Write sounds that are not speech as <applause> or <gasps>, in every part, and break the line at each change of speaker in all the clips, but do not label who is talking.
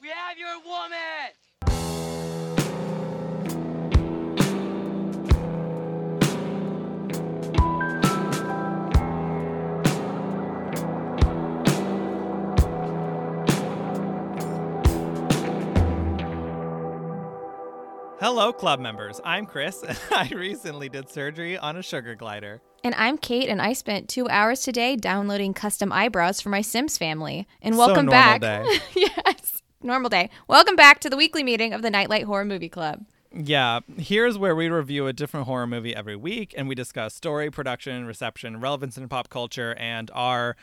drive your woman!
Hello, club members. I'm Chris. <laughs> I recently did surgery on a sugar glider.
And I'm Kate, and I spent two hours today downloading custom eyebrows for my Sims family. And welcome
normal
back.
day.
<laughs> yes, normal day. Welcome back to the weekly meeting of the Nightlight Horror Movie Club.
Yeah, here's where we review a different horror movie every week and we discuss story, production, reception, relevance in pop culture, and our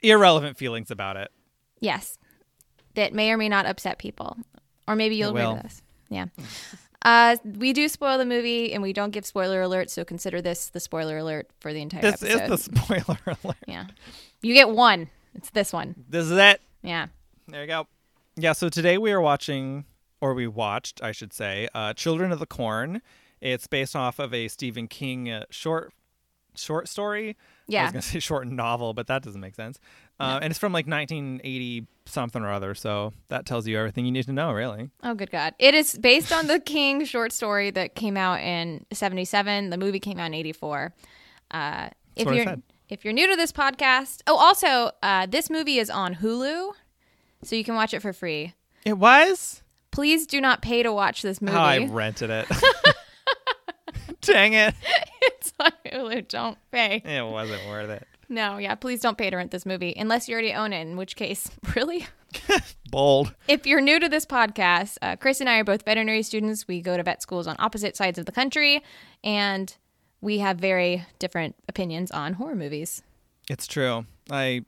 irrelevant feelings about it.
Yes, that may or may not upset people, or maybe you'll agree
will.
with us. Yeah. Uh, we do spoil the movie, and we don't give spoiler alert, so consider this the spoiler alert for the entire
This is
episode.
the <laughs> spoiler alert.
yeah, you get one. It's this one.
This is it.
Yeah.
There you go. Yeah, so today we are watching, or we watched, I should say, uh, Children of the Corn. It's based off of a Stephen King uh, short short story. I
Yeah.
was going to say <laughs> short novel, but that doesn't make sense. Uh, And it's from like 1980 something or other. So that tells you everything you need to know, really.
Oh, good God. It is based on the <laughs> King short story that came out in 77. The movie came out in 84. Uh, if,
what I
you're,
said.
if you're new to this podcast, oh, also, uh, this movie is on Hulu, so you can watch it for free.
It was?
Please do not pay to watch this movie.
Oh, I rented it. <laughs> Dang it.
<laughs> it's on Hulu. Don't pay.
It wasn't worth it.
No, yeah, please don't pay to rent this movie unless you already own it, in which case, <laughs> really?
Bold.
If you're new to this podcast, uh, Chris and I are both veterinary students. We go to vet schools on opposite sides of the country, and we have very different opinions on horror movies.
It's true. I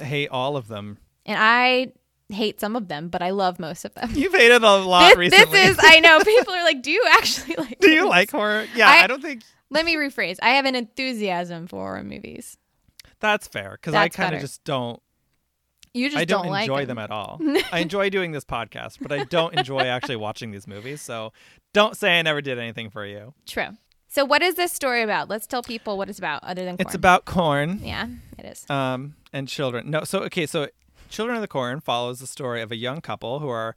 hate all of them.
And I hate some of them, but I love most
<laughs>
of them.
You've hated a lot
This, this
recently.
is, I know, people are like, do you
<laughs>
actually like
Do you like horror? Yeah,
I-
I, don't think
Let me rephrase. I have an enthusiasm for horror movies.
that's fair because I
That's
kind of
better.
just don't.
You just
I don't,
like
enjoy them. at <laughs> all. I enjoy doing this podcast, but I don't enjoy actually watching these movies. So don't say I never did anything for you.
True. So, what is this story about? Let's tell people what it's about, other than
It's
corn.
about corn.
yeah, it is.
um, and children. No, so okay, so Children of the Corn follows the story of a young couple who are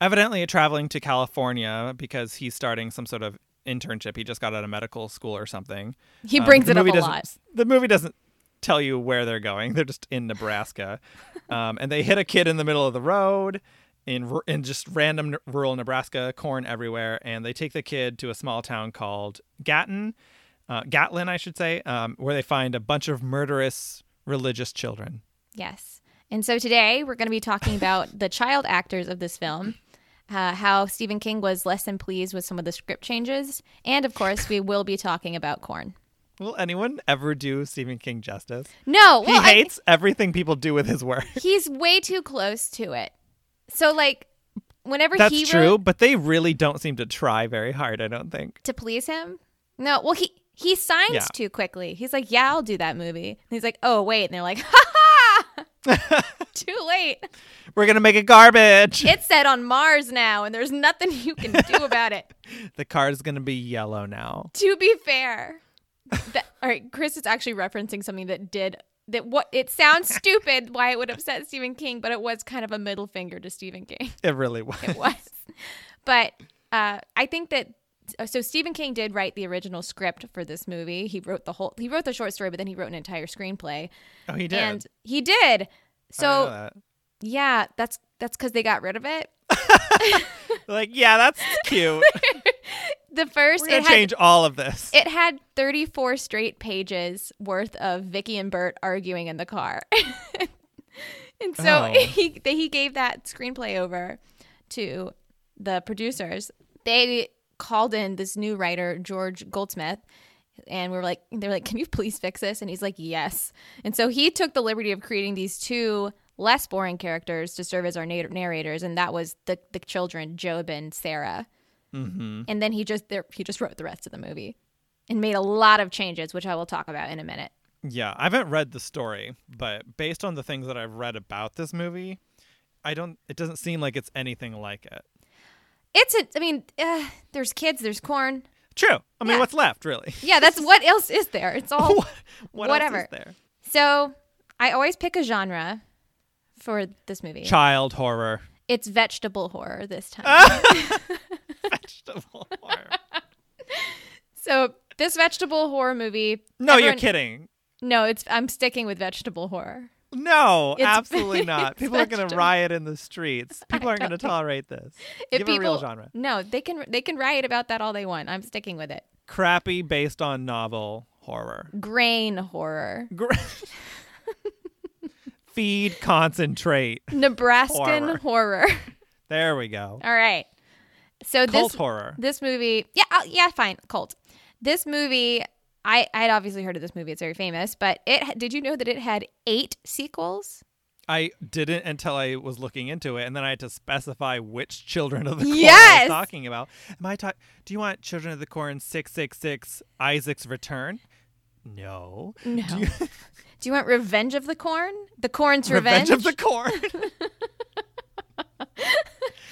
evidently traveling to California because he's starting some sort of internship. He just got out of medical school or something.
He
Um,
brings
the
it up
movie
a
doesn't-
lot.
The movie doesn't tell you where they're going. They're just in
<laughs>
Nebraska, um, and they hit a kid in the middle of the road. In, ru- in just random n- rural Nebraska, corn everywhere, and they take the kid to a small town called Gatton, uh, Gatlin, I should say, um, where they find a bunch of murderous religious children.
Yes. And so today we're going to be talking about the child actors of this film, uh, how Stephen King was less than pleased with some of the script changes, and of course we will be talking about corn.
Will anyone ever do Stephen King justice?
No, well,
he
I-
hates everything people do with his work.
he's way too close to it. So like, whenever
That's
he
true,
wrote
but they really don't seem to try very hard, I don't think.
to please him, no, well he he signs
Yeah.
too quickly. He's like, yeah, I'll do that movie. And he's like, oh wait, and they're like, ha ha, too late.
We're going to make it garbage.
It's set on Mars now, and there's nothing you can do about it.
the card is going to be yellow now.
to be fair that, <laughs> all right chris is actually referencing something that did that what
<laughs>
it sounds stupid why it would upset stephen king but it was kind of a middle finger to stephen king <laughs>
It really was.
it was but uh, i think that uh, so stephen king did write the original script for this movie he wrote the whole he wrote the short story but then he wrote an entire screenplay
<laughs> Oh, he did.
and he did
I didn't know
so yeah that's that's because they got rid of it
that. <laughs> like, yeah, that's
<laughs>
cute.
the 1st
We're
it
going to
had
change all of this.
It had 34 straight pages worth of Vicky and Bert arguing in the car. and
Oh.
so <laughs> he he gave that screenplay over to the producers. They called in this new writer, George Goldsmith, and we were like they're like, "Can you please fix this?" And he's like, "Yes." And so he took the liberty of creating these two less boring characters to serve as our nar- narrators, and that was the the children, Job and Sarah
mm-hmm.
and then he just there he just wrote the rest of the movie and made a lot of changes which i will talk about in a minute
Yeah, I haven't read the story, but based on the things that I've read about this movie, I don't it doesn't seem like it's anything like it.
it's a i mean uh, there's kids there's corn
True. I mean,
Yeah.
what's left, really? <laughs>
yeah that's what else is there it's all
what else
Whatever.
is there?
so i always pick a genre for this movie
Child horror. <laughs>
It's vegetable horror this
Ah!
time. <laughs>
Vegetable horror.
so this vegetable horror movie.
No, you're
everyone-
kidding.
No, it's I'm sticking with vegetable horror.
No,
It's- <laughs>
absolutely not.
it's
People are going to
vegetable-
riot in the streets. People aren't going to tolerate this. Give it a real genre.
No, they can they can write about that all they want. I'm sticking with it.
Crappy based on novel horror.
Grain horror. <laughs>
Gr- Feed, concentrate.
Nebraskan horror. <laughs>
Horror.
all
There we go.
right. So
Cult
Uh, this
horror.
this movie, yeah, i yeah, fine, cult. This movie, I I'd obviously heard of this movie. It's very famous, but it did you know that it had eight sequels?
I didn't until I was looking into it, and then I had to specify which children of the corn I
Yes!
was talking about. Am I talk- Do you want Children of the Corn six six six Isaac's Return? No.
No. Do you, want Revenge of the Corn? The Corn's
Revenge
Revenge.
of the Corn.
<laughs>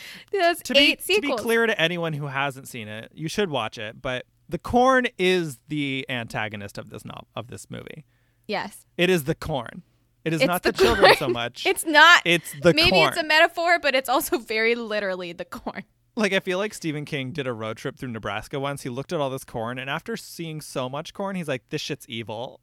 <laughs> There's
to
eight
be to be
sequels.
clear to anyone who hasn't seen it, you should watch it. But the corn is the antagonist of this novel of this movie.
yes,
It is the corn. It is
It's
not
the
the, children
corn. <laughs>
so much.
it's not.
It's the
maybe
corn.
it's a metaphor, but it's also very literally the corn.
Like I feel like Stephen King did a road trip through Nebraska once. He looked at all this corn, and after seeing so much corn, he's like, "This shit's
<laughs>
evil."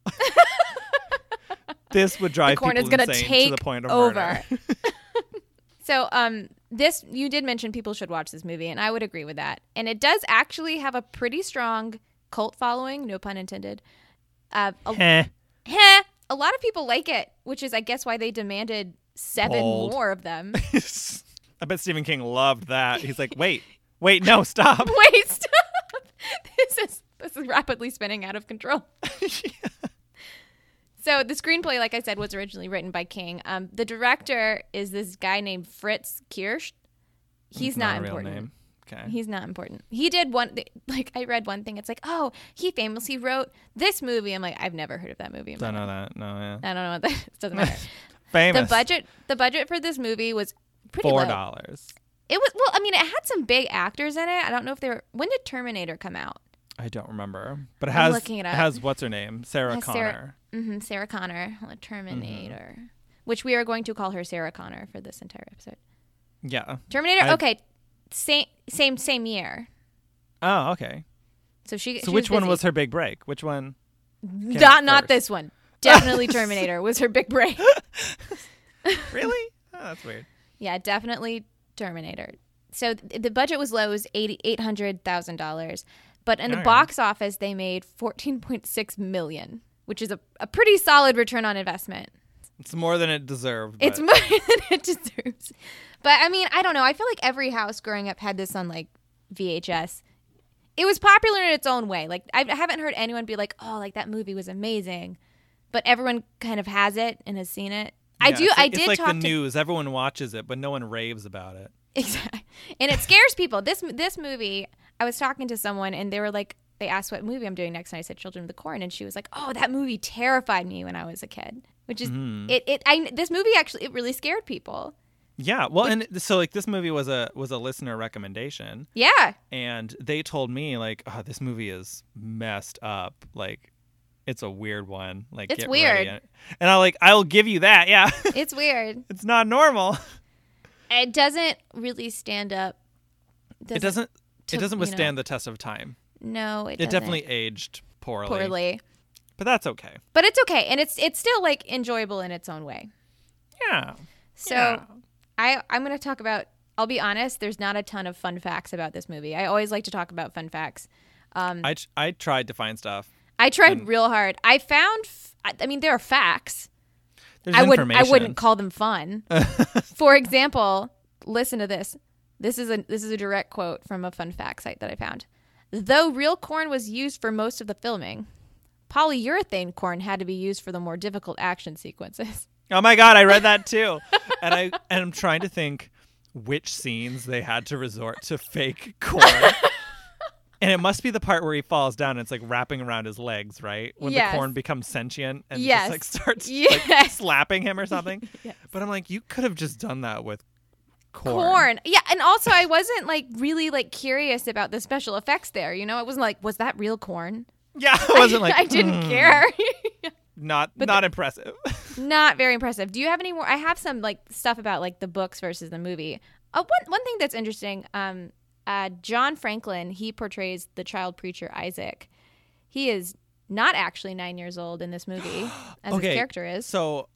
this would drive
corn
people
is gonna
insane
take
to the point of
over.
murder.
<laughs>
<laughs>
so, um, this you did mention people should watch this movie, and I would agree with that. And it does actually have a pretty strong cult following, no pun intended. Uh, a,
Eh.
heh, a lot of people like it, which is, I guess, why they demanded seven
Bold.
more of
<laughs>
them.
<laughs> I bet Stephen King loved that. He's like, "Wait, wait, no,
<laughs>
stop." <laughs>
Wait, stop! This is this is rapidly spinning out of control. So the screenplay, like I said, was originally written by King. Um, the director is this guy named Fritz Kirsch. He's
Not
not,
a real
important.
name. Okay.
He's not important. He did one th- like I read one thing. It's like, oh, he famously wrote this movie. I'm like, I've never heard of that movie. in my
Don't
life.
know that. No, yeah.
I don't know what that <laughs> is.
<laughs>
doesn't matter. the
Famous.
budget the budget for this movie was pretty
four
low.
dollars.
It was well, I mean, it had some big actors in it. I don't know if they were when did Terminator come out?
I don't remember, but it
I'm
has
looking it up.
has what's her name Sarah
Has Sarah-
Connor.
hmm Sarah Connor, Terminator.
Mm-hmm.
Which we are going to call her Sarah Connor for this entire episode.
Yeah.
Terminator.
I-
okay, same same same year.
Oh, okay.
So she.
So which one was her big break? Which one?
not
came out
not
first?
this one? Definitely Terminator was her big break.
Really? Oh, that's weird.
Yeah, definitely Terminator. So th- the budget was low, it was eighty eight hundred thousand dollars, but in the
Alright.
box office they made fourteen point six million, which is a, a pretty solid return on investment.
It's more than it deserved.
It's more <laughs> than it deserves. But I mean, I don't know. I feel like every house growing up had this on like VHS. It was popular in its own way. Like I I haven't heard anyone be like, "Oh, like that movie was amazing," but everyone kind of has it and has seen it. I do. I did
It's like
talk
the
to
news. Everyone watches it, but no one raves about it.
Exactly. And it scares people. This this movie, I was talking to someone and they were like they asked what movie I'm doing next and I said Children of the Corn and she was like, "Oh, that movie terrified me when I was a kid." Which is
Mm-hmm.
it it I this movie actually it really scared people.
Yeah. Well, and so like this movie was a was a listener recommendation,
Yeah.
and they told me like, "Oh, this movie is messed up. Like, it's a weird one. Like,
It's
get ready."
weird.
And I like, I'll give you that.
<laughs>
Yeah,
It's weird.
it's not normal.
It doesn't really stand up.
it doesn't
to-
it doesn't
you know.
withstand the test of time
No, it,
it
doesn't.
definitely aged poorly,
poorly.
but that's okay
But it's okay and it's it's still like enjoyable in its own way.
yeah
So
yeah.
I I'm going to talk about. I'll be honest. There's not a ton of fun facts about this movie. I always like to talk about fun facts. Um,
I, tr- I tried to find stuff
I tried real hard. I found. F- I I mean, there are facts.
There's
I wouldn't. I
information.
wouldn't call
<laughs>
them fun. For example, listen to this. This is a this is a direct quote from a fun fact site that I found. Though real corn was used for most of the filming, polyurethane corn had to be used for the more difficult action sequences.
oh my god i read that
<laughs>
too and i and i'm trying to think which scenes they had to resort to fake corn and it must be the part where he falls down and it's like wrapping around his legs right when
Yes.
the corn becomes sentient and
Yes.
just like starts like,
<laughs> Yes.
slapping him or
<laughs>
something but i'm like you could have just done that with
Corn. Yeah, and also I wasn't like really like curious about the special effects there. You know, it wasn't like was that real corn?
yeah i wasn't like
<laughs> I didn't
"Mm,
care.
not not impressive <laughs>
Not very impressive. Do you have any more? I have some like stuff about like the books versus the movie. Uh, one one thing that's interesting, um, uh, John Franklin he portrays the child preacher Isaac. He is not actually nine years old in
<gasps>
this movie, as
Okay,
his character is.
So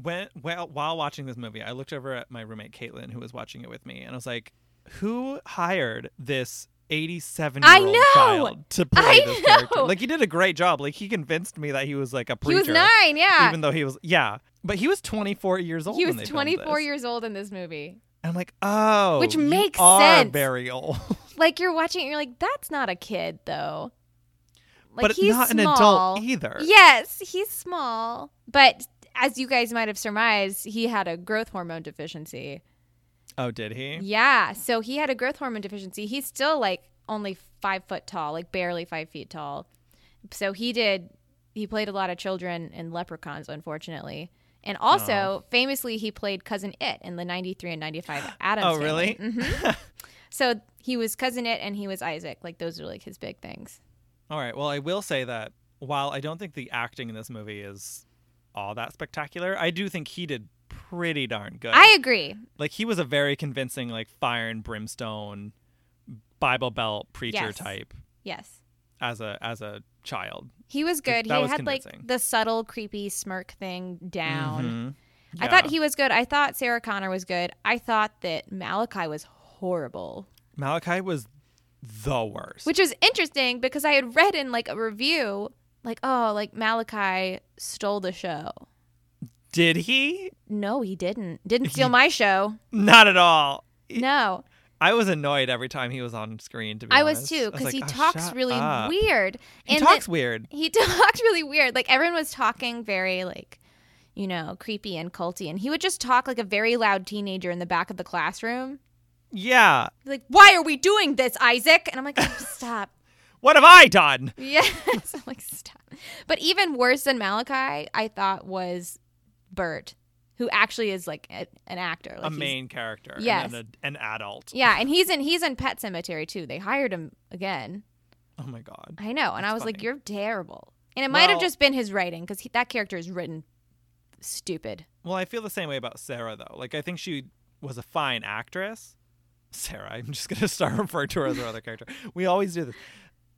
when well, while watching this movie, I looked over at my roommate Caitlin, who was watching it with me, and I was like, "Who hired this?" 87 year
I
old
know!
child to play
I
this character.
know!
Like he did a great job. Like he convinced me that he was like a
He
preacher.
was nine, yeah.
Even though he was yeah. But he was 24 years old
He
when they
was
filmed
24
this.
years old in this movie.
And I'm like, "Oh,
Which
you
makes
are
sense.
very old." <laughs>
Like you're watching, it, you're like, that's not a kid though. Like
but
he's
not an
small.
adult either.
Yes, he's small, but as you guys might have surmised, he had a growth hormone deficiency.
Oh, did he?
Yeah, so he had a growth hormone deficiency. He's still like only five foot tall, like barely five feet tall. So he did. He played a lot of children in Leprechauns, unfortunately, and also famously he played cousin It in the '93
<gasps>
and '95 Adams.
Oh,
Family. Mm-hmm.
really? <laughs>
So he was cousin It and he was Isaac. Like those are like his big things.
All right. Well, I will say that while I don't think the acting in this movie is all that spectacular, I do think he did pretty darn good.
I agree.
like he was a very convincing like fire and brimstone Bible belt preacher
Yes.
type
Yes.
as a as a child.
He was good.
that
he
was
had
convincing.
like the subtle, creepy smirk thing down.
Mhm.
I
Yeah.
thought he was good. I thought Sarah Connor was good. I thought that Malachi was horrible,
Malachi was the worst.
which is interesting because I had read in like a review, like, oh, like Malachi stole the show.
did he?
No, he
<laughs>
didn't. Didn't steal my show.
Not at all.
No.
I was annoyed every time he was on screen. To be
I was
honest.
too because he
like, "Oh,
talks
shut
really
up."
weird.
He
and
talks
then-
weird.
he <laughs> talked really weird. Like everyone was talking very like, you know, creepy and culty, and he would just talk like a very loud teenager in the back of the classroom.
Yeah.
He's like, "Why are we doing this, Isaac?" And I'm like, "Oh, "Stop."
What have I done?
yes, I'm like, "Stop." But even worse than Malachi, I thought was Bert, who actually is like a, an actor. Like
a
he's-
main character.
Yes.
And then a, an adult.
Yeah, and he's in he's in Pet Cemetery too. They hired him again.
Oh my god.
I know, and I
That's
was like,
funny.
"You're terrible." And it might have
Well-
just been his writing because that character is written stupid.
Well, I feel the same way about Sarah though. Like I think she was a fine actress. Sarah, I'm just gonna <laughs> start referring to her as her other character. We always do this.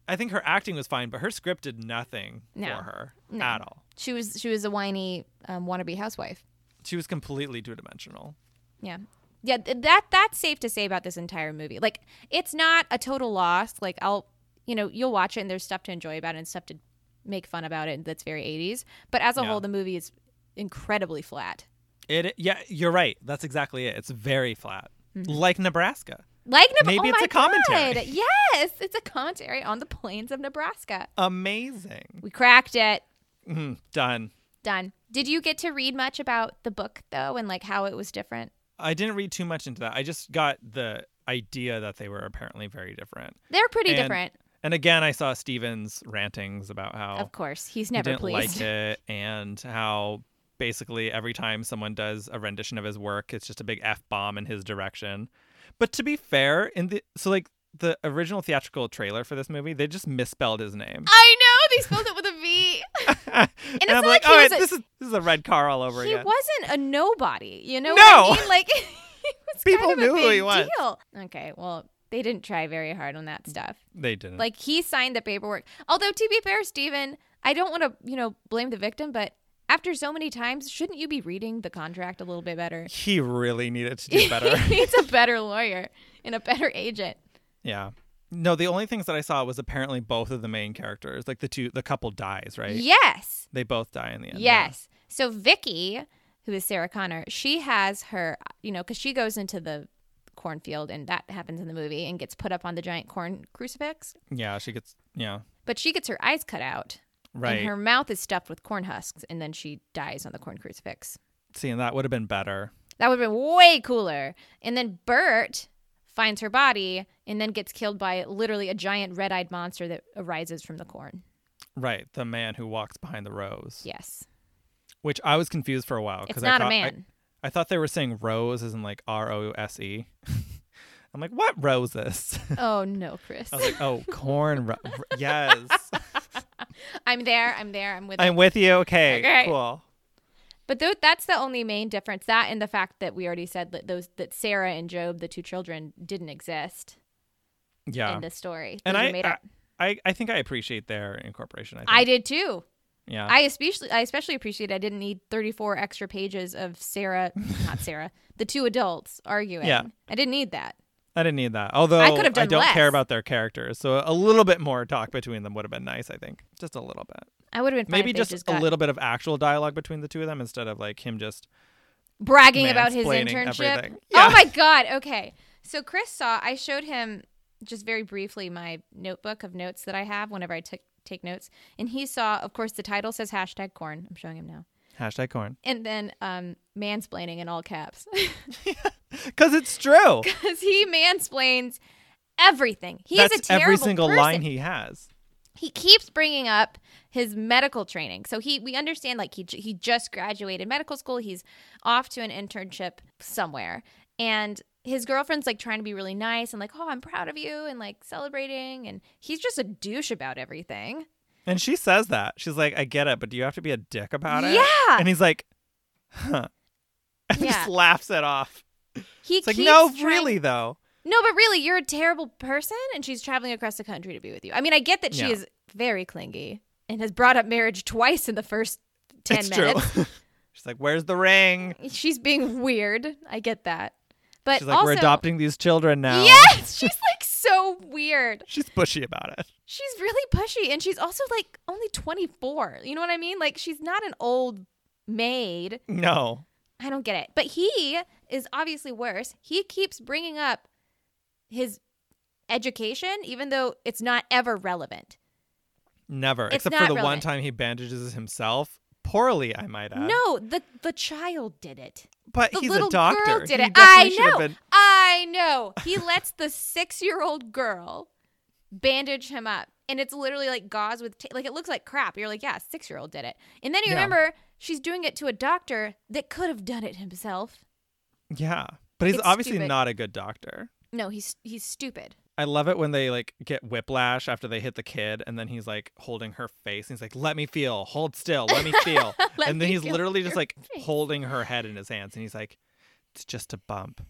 I think her acting was fine, but her script did nothing
No.
for her
No.
at all.
She was she was a whiny um, wannabe housewife.
She was completely two dimensional.
Yeah. Yeah, th- that that's safe to say about this entire movie. Like it's not a total loss. Like I'll you know, you'll watch it and there's stuff to enjoy about it and stuff to make fun about it that's very 80s, but as a
Yeah.
whole the movie is incredibly flat.
It yeah, you're right. That's exactly it. It's very flat.
Mm-hmm.
Like Nebraska.
Like Neb-
Maybe
oh
it's
my
a commentary.
God. Yes, it's a commentary on the plains of Nebraska.
Amazing.
We cracked it.
Mm, done.
Done. Did you get to read much about the book though and like how it was different?
I didn't read too much into that. I just got the idea that they were apparently very different.
They're pretty
And-
different.
And again, I saw Steven's rantings about how
Of course, he's
he
never
didn't like
pleased.
it and how basically every time someone does a rendition of his work, it's just a big f bomb in his direction. But to be fair, in the so like the original theatrical trailer for this movie, they just misspelled his name.
I know they spelled it with a V.
and,
Uh, it's
I'm
not
like,
like he
all right,
was a-
this is this is a red car all <laughs> over
he
again.
wasn't a nobody. You know
No.
what I mean? Like <laughs> he was
People
kind of
knew
a
who
big
he was.
Deal. Okay, well they didn't try very hard on that stuff.
They didn't.
Like he signed the paperwork. Although to be fair, Steven, I don't want to you know blame the victim, but after so many times, shouldn't you be reading the contract a little bit better? <laughs>
he really needed to do better.
He's a better lawyer and a better agent.
yeah. No, the only things that I saw was apparently both of the main characters, like the two, the couple dies, right?
Yes.
They both die in the end. yeah.
Yes. So Vicky, who is Sarah Connor, she has her, you know, because she goes into the cornfield and that happens in the movie and gets put up on the giant corn crucifix,
Yeah, she gets. Yeah,
but she gets her eyes cut out
right.
and her mouth is stuffed with corn husks and then she dies on the corn crucifix.
Seeing that would have been better.
That would have been way cooler. And then Bert finds her body and then gets killed by literally a giant red-eyed monster that arises from the corn.
Right, the man who walks behind the rose.
Yes.
Which I was confused for a while
It's
I
not
thought-
a
I- <laughs>
man.
I, thought they were saying rose as in like R O S E. <laughs> I'm like, what
<laughs>
roses?
oh no, Chris.
I was like, oh, corn. Ro- r- yes,
<laughs>
<laughs>
I'm there. I'm there. I'm with
I'm with you. Okay,
Okay.
cool.
But tho- that's the only main difference. That and the fact that we already said that those that Sarah and Job, the two children, didn't exist
Yeah.
in this story.
and
Those were
I,
made
I,
up.
I, I think I appreciate their incorporation. I think.
I did too.
yeah.
I especially I especially appreciate I didn't need 34 extra pages of Sarah,
<laughs>
not Sarah, the two adults arguing.
Yeah.
I didn't need that.
I didn't need that. Although
I
I,
could have done
don't care
less.
about their characters, so a little bit more talk between them would have been nice. I think just a little bit,
I would have been fine
maybe
if they
just,
just
a
got
little bit of actual dialogue between the two of them instead of like him just
bragging about his
mansplaining
internship.
everything.
Oh
Yeah. <laughs>
my god. Okay. So Chris saw I showed him just very briefly my notebook of notes that I have whenever I took take notes. And he saw, of course, the title says hashtag corn. I'm showing him now.
hashtag <laughs> corn
And then um mansplaining in all caps. <laughs>
because it's true.
Because he mansplains everything. He
That's
is a terrible
every single
person.
line he has.
he keeps bringing up his medical training. So he we understand like he j- he just graduated medical school. He's off to an internship somewhere, and his girlfriend's like trying to be really nice and like, oh, I'm proud of you, and like celebrating. And he's just a douche about everything.
And she says that. She's like, I get it, but do you have to be a dick about it?
Yeah.
<laughs> And he's like, huh. <laughs> And
Yeah.
just laughs it off.
He
It's like,
keeps
no,
trying-
really, though.
no, but really, you're a terrible person. And she's traveling across the country to be with you. I mean, I get that she
Yeah.
is very clingy and has brought up marriage twice in the first ten
it's
minutes.
true. <laughs> She's like, where's the ring?
She's being weird. I get that. But
She's like,
also,
we're adopting these children now. <laughs>
Yes, she's like so weird.
She's bushy about it.
She's really pushy and she's also like only 24. You know what I mean? Like she's not an old maid.
No.
I don't get it. But he is obviously worse. He keeps bringing up his education even though it's not ever relevant.
Never.
It's
Except
not
for the one
relevant.
time he bandages himself. Poorly, I might add.
No, the the child did it.
But
The
he's
little
a doctor.
girl did
He
it. I
definitely should have
know.
been-
I know.
<laughs>
He lets the six-year-old girl bandage him up, and it's literally like gauze with ta- like it looks like crap. You're like, yeah, six-year-old did it, and then you
Yeah.
remember she's doing it to a doctor that could have done it himself.
Yeah. But he's
It's
obviously
stupid.
not a good doctor.
No, he's he's stupid.
I love it when they like get whiplash after they hit the kid, and then he's like holding her face. And he's like, "Let me feel. Hold still. Let
<laughs>
me feel."
Let
and then
me
he's
feel
literally just
your
like
face.
holding her head in his hands, and he's like, "It's just a bump."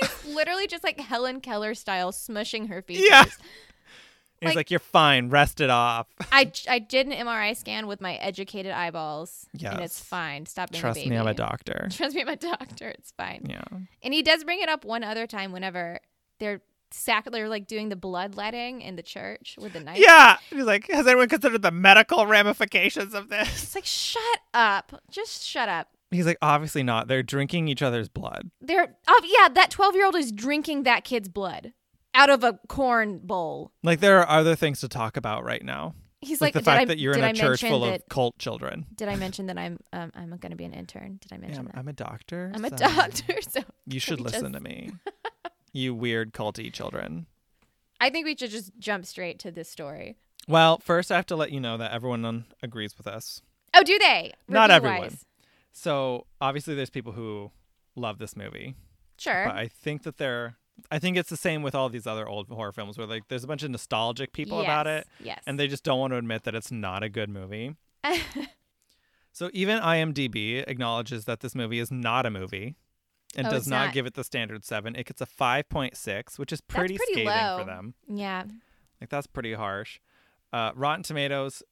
He's literally just like Helen Keller style, smushing her features.
Yeah. And
Like-
<laughs> he's like, "You're fine. Rest it off.
I, I did an MRI scan with my educated eyeballs, and
Yes.
it's fine. Stop being
<laughs>
a
Trust
baby.
me, I'm a doctor."
<laughs> Trust me, I'm a doctor. It's fine.
Yeah.
And he does bring it up one other time whenever they're sac- they're like doing the bloodletting in the church with the knife.
Yeah. And he's like, "Has anyone considered the medical ramifications of this?" <laughs>
It's like shut up. Just shut up.
He's like, "Obviously not. They're drinking each other's blood."
They're oh yeah, that 12-year-old is drinking that kid's blood out of a corn bowl.
Like there are other things to talk about right now.
He's
Like,
like,
the
did
fact
I,
that you're
did
in
I
a church
mention
full
that,
of cult children.
Did I mention that I'm um, I'm going to be an intern? Did I
Yeah,
mention
I'm,
that?
I'm a doctor.
I'm a
so-
doctor, <laughs> so
You should
We
listen to me. you weird culty children.
I think we should just jump straight to this story.
Well, first I have to let you know that everyone um, agrees with us.
Oh, do they?
Not
Review-wise.
everyone. So obviously there's people who love this movie,
Sure.
but I think that they're I think it's the same with all these other old horror films where like there's a bunch of nostalgic people about
Yes,
it
Yes.
and they just don't want to admit that it's not a good movie.
<laughs> they
So even IMDb acknowledges that this movie is not a movie and
Oh,
does
it's
not,
not.
give it the standard 7. It gets a 5.6, which is pretty,
pretty
scathing
low.
for them.
Yeah.
Like that's pretty harsh. Uh, Rotten Tomatoes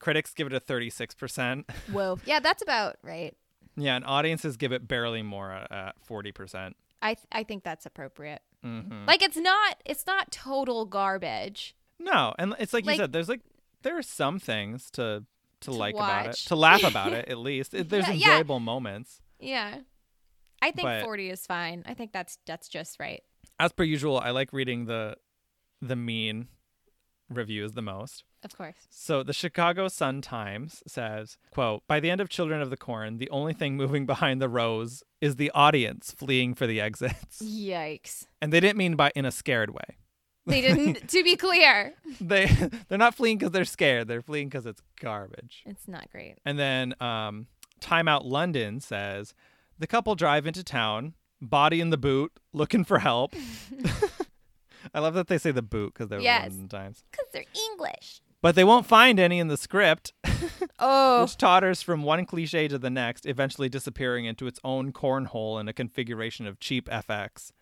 critics give it a 36%.
Whoa. Yeah, that's about right.
<laughs> yeah, and audiences give it barely more uh, at 40%.
I th- I think that's appropriate.
hmm
Like it's not it's not total garbage.
No, and it's like,
Like-
you said there's like there are some things to to, like about it,
watch.
to
<laughs>
laugh about it at least. It, there's
Yeah, yeah.
enjoyable moments.
Yeah. I think
But-
40 is fine. I think that's that's just right.
As per usual, I like reading the the mean reviews the most.
Of course.
So the Chicago Sun Times says, quote, by the end of Children of the Corn, the only thing moving <laughs> behind the rows is the audience fleeing for the exits. <laughs>
Yikes.
And they didn't mean by in a scared way. <laughs>
They didn't to be clear.
They <laughs> they're not fleeing because they're scared. They're fleeing because it's garbage.
It's not great.
And then um, Time Out London says, the couple drive into town, body in the boot, looking for <laughs> help. I love that they say the boot because they're
Yes.
London Times.
Cuz they're English.
But they won't find any in the script,
Oh,
which totters from one cliche to the next, eventually disappearing into its own cornhole in a configuration of cheap FX,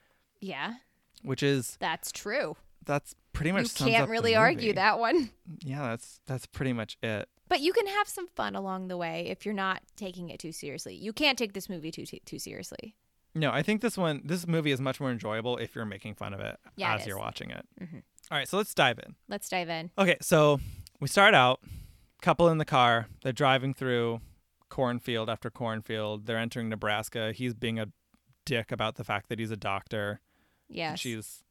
yeah,
which is
that's true.
that's pretty much
You
sums up
can't
the
really argue
movie.
that one.
Yeah, that's that's pretty much it.
But you can have some fun along the way if you're not taking it too seriously. You can't take this movie too too, too seriously.
No, I think this one, this movie is much more enjoyable if you're making fun of it
Yeah, it
as
is. Mm-hmm.
you're watching it. All right, so let's dive in.
Let's dive in.
Okay, so we start out, couple in the car, they're driving through cornfield after cornfield. They're entering Nebraska. He's being a dick about the fact that he's a doctor. and
Yes,
She's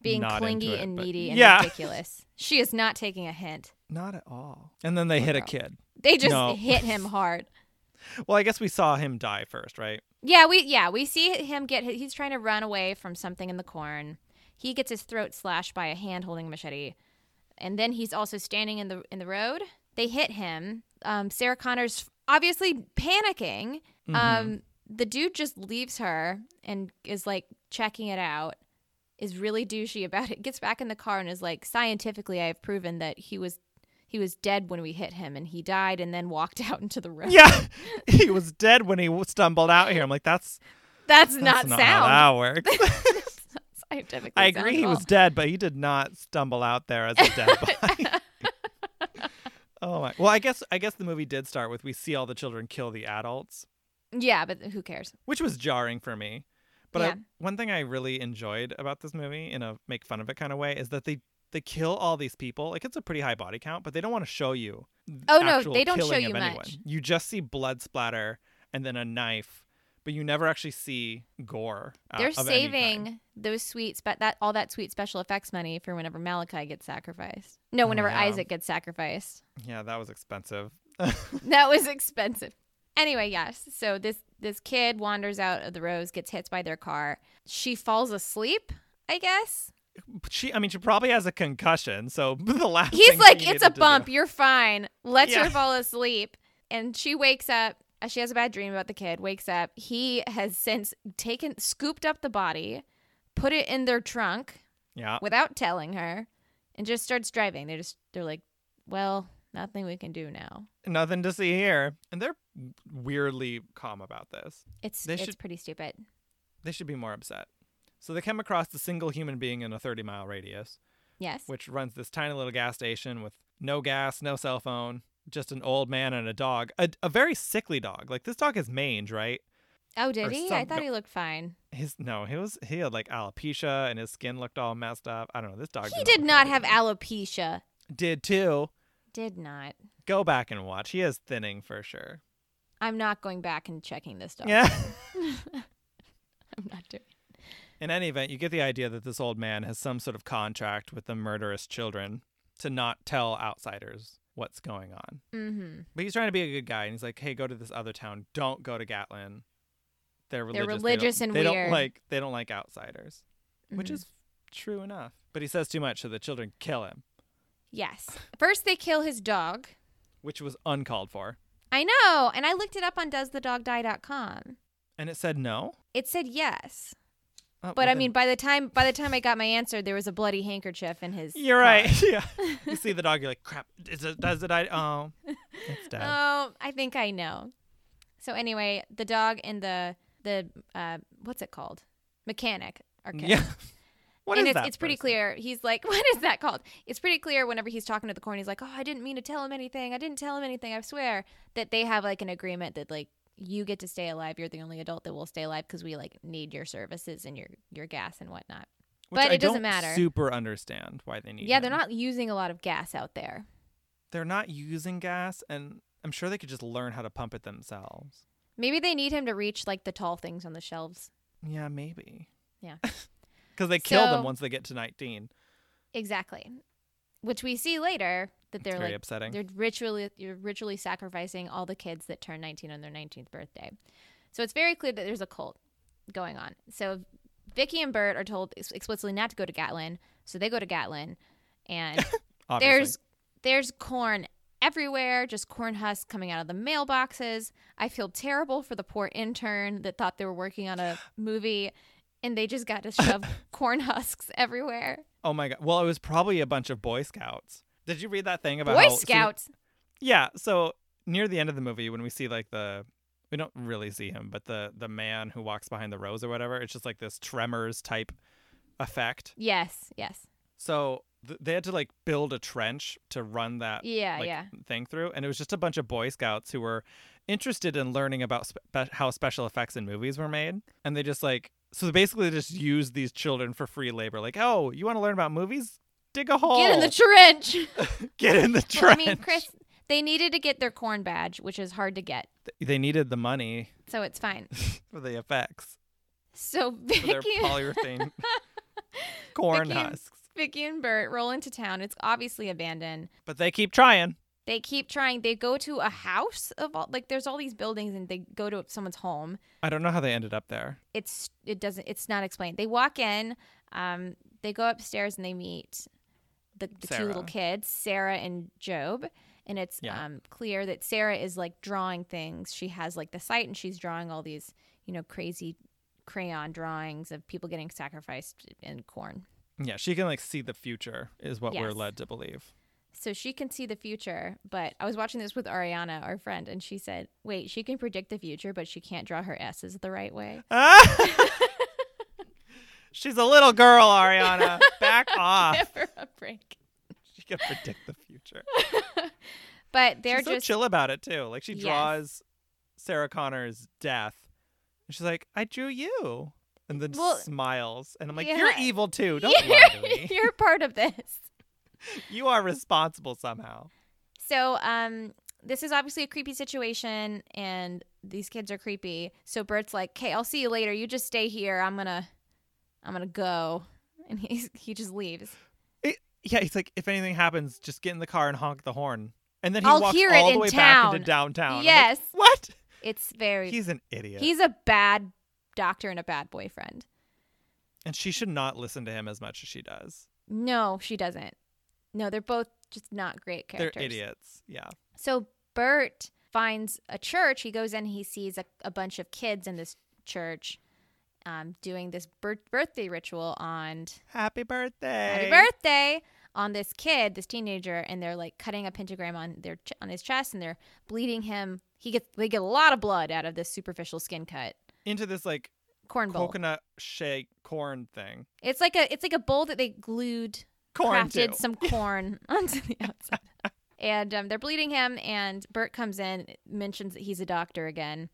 being
not
clingy
into it,
and
but-
needy and
Yeah. <laughs>
ridiculous. She is not taking a hint.
not at all. And then they hit a kid.
They just
No.
hit him hard.
Well, I guess we saw him die first,
<laughs>
right?
Yeah, we yeah we see him get. He's trying to run away from something in the corn. He gets his throat slashed by a hand holding a machete, and then he's also standing in the in the road. They hit him. Um, Sarah Connor's obviously panicking. Um, the dude just leaves her and is like checking it out. Is really douchey about it. Gets back in the car and is like, scientifically, I have proven that he was he was dead when we hit him, and he died and then walked <laughs> out into the road.
Yeah. he was dead when he stumbled out here. I'm like, that's,
that's,
that's
not,
not
sound.
how that
<laughs>
works.
scientifically
I
sound
agree
at
he
all.
was dead, but he did not stumble out there as a
<laughs>
dead body. <laughs> oh my. Well, I guess I guess the movie did start with we see all the children kill the adults,
Yeah, but who cares?
which was jarring for me. But I,
Yeah.
one thing I really enjoyed about this movie in a make fun of it kind of way is that they they kill all these people. Like it's a pretty high body count, but they don't want to show you. the
Oh, no,
actual
they don't show
killing
you
of anyone.
much.
You just see blood splatter and then a knife, but you never actually see gore. uh,
They're
of any kind.
saving those sweets, but that all that sweet special effects money for whenever Malachi gets sacrificed. No, whenever
Oh, yeah.
Isaac gets sacrificed. <laughs>
Yeah, that was expensive.
That was expensive. Anyway, yes. So this this kid wanders out of the rose, gets hit by their car. She falls asleep, I guess.
she i mean she probably has a concussion so <laughs> the last
He's
thing
like,
she
"It's a
needed to
bump.
do-
You're fine." Lets
Yeah.
her fall asleep, and she wakes up. uh, She has a bad dream about the kid. Wakes up. He has since taken scooped up the body, put it in their trunk,
<laughs> yeah
without telling her and just starts driving. They're just they're like, well, nothing we can do now.
nothing to see here and they're weirdly calm about this
It's
They
it's
should-
pretty stupid.
they should be more upset so they come across the single human being in a 30 mile radius
Yes.
which runs this tiny little gas station with no gas no cell phone just an old man and a dog a, a very sickly dog like this dog is mange right
oh, did
or
he? I
some
thought
go-
he looked fine.
his no he was he had like alopecia and his skin looked all messed up i don't know this dog
He
look
did not
very
have
good.
alopecia.
did too
Did not.
go back and watch he is thinning for sure
I'm not going back and checking this dog.
yeah
<laughs> I'm not doing.
In any event, you get the idea that this old man has some sort of contract with the murderous children to not tell outsiders what's going on.
Mm-hmm.
But he's trying to be a good guy, and he's like, "Hey, go to this other town. Don't go to Gatlin. They're religious.
They're
They don't-
religious and
they
weird."
don't like they don't like outsiders, which
Mhm.
is true enough. But he says too much, so the children kill him,
Yes. First, they kill his dog.
which was uncalled for.
I know, and I looked it up on doesthedogdie.com.
And it said no.
It said yes,
Oh,
but
well
I
then-
mean, by the time by the time I got my answer, there was a bloody handkerchief in his.
you're
car. <laughs>
right. <laughs> yeah. You see the dog, you're like, "Crap! Is it, does it? I oh, it's dead."
Oh, I think I know. So anyway, the dog and the the uh, what's it called? Mechanic are killed.
yeah. <laughs> What is
and it's,
that
it's pretty
person?
clear. He's like, <laughs> what is that called? It's pretty clear whenever he's talking to the corn, he's like, oh, I didn't mean to tell him anything. I didn't tell him anything. I swear that they have like an agreement that like you get to stay alive. You're the only adult that will stay alive because we like need your services and your your gas and whatnot.
Which
But
I
it
don't
doesn't matter.
Super understand why they need.
Yeah, they're
him.
not using a lot of gas out there.
They're not using gas, and I'm sure they could just learn how to pump it themselves.
Maybe they need him to reach like the tall things on the shelves.
Yeah, maybe.
Yeah.
<laughs> Because they kill
So-
them once they get to 19.
Exactly. Which we see later that they're
It's very
like
upsetting.
they're ritually you're ritually sacrificing all the kids that turn 19 on their 19th birthday. So it's very clear that there's a cult going on. So Vicky and Bert are told ex- explicitly not to go to Gatlin, so they go to Gatlin and
<laughs> Obviously.
there's there's corn everywhere, just corn husks coming out of the mailboxes. I feel terrible for the poor intern that thought they were working
<sighs>
on a movie and they
<laughs>
just got to shove corn husks everywhere.
Oh my god. Well, it was probably a bunch of Boy Scouts. Did you read that thing about
Boy
how- so-
Scouts.
yeah. So near the end of the movie, when we see like the, we don't really see him, but the the man who walks behind the rose or whatever, it's just like this tremors type effect.
yes, yes.
So th- they had to like build a trench to run that
Yeah,
Uh, like,
yeah.
thing through, and it was just a bunch of Boy Scouts who were interested in learning about spe- how special effects in movies were made, and they just like so basically they just used these children for free labor. Like, oh, you want to learn about movies? Dig a hole.
Get in the trench.
<laughs> Get in the
Well, I
trench.
mean, Chris, they needed to get their corn badge, which is hard to get.
They needed the money <laughs>
So it's fine.
for the effects.
So
for their
Vicky, <laughs>
polyurethane corn
Vicky and-
husks.
Vicky and Bert roll into town. It's obviously abandoned.
But they keep trying.
They keep trying. They go to a house of all like there's all these buildings and they go to someone's home.
I don't know how they ended up there.
It's it doesn't it's not explained. They walk in, um, they go upstairs and they meet the, the two
Sarah.
little kids, Sarah and Job. And it's
Yeah.
um, clear that Sarah is like drawing things. She has like the site and she's drawing all these, you know, crazy crayon drawings of people getting sacrificed in corn.
Yeah, she can like see the future is what we're
Yes.
led to believe.
so she can see the future but i was watching this with ariana our friend and she said wait she can predict the future but she can't draw her s's the right way
<laughs> She's a little girl,
<laughs>
Ariana. Back off.
give her a break
She can predict the future.
but they're
she's so
just
chill about it too. Like she
Yes.
draws Sarah Connor's death. And she's like, I drew you. And then
Well,
smiles. And I'm like,
yeah.
You're evil
<laughs>
too. Don't lie to me. <laughs>
you're part of this
You are responsible somehow.
so um this is obviously a creepy situation and these kids are creepy so bert's like okay i'll see you later you just stay here i'm gonna i'm gonna go <laughs> and he's, he just leaves
Yeah, he's like, if anything happens, just get in the car and honk the horn. And then he
I'll
walks
hear it
all the
in
way back into downtown. I'm like,
Yes.
what?
it's very
He's an idiot.
he's a bad doctor and a bad boyfriend
and she should not listen to him as much as she does.
No, she doesn't. No, they're both just not great characters.
They're idiots. Yeah.
So Bert finds a church. He goes in, he sees a, a bunch of kids in this church um, doing this bir- birthday ritual on
Happy birthday.
happy birthday on this kid, this teenager, and they're like cutting a pentagram on their ch- on his chest and they're bleeding him. He gets they get a lot of blood out of this superficial skin cut.
Into this like
Corn bowl.
coconut shake corn thing.
It's like a it's like a bowl that they glued
Corn
crafted
too. <laughs>
some corn onto the outside. And um, they're bleeding him, and Bert comes in, mentions that he's a doctor again,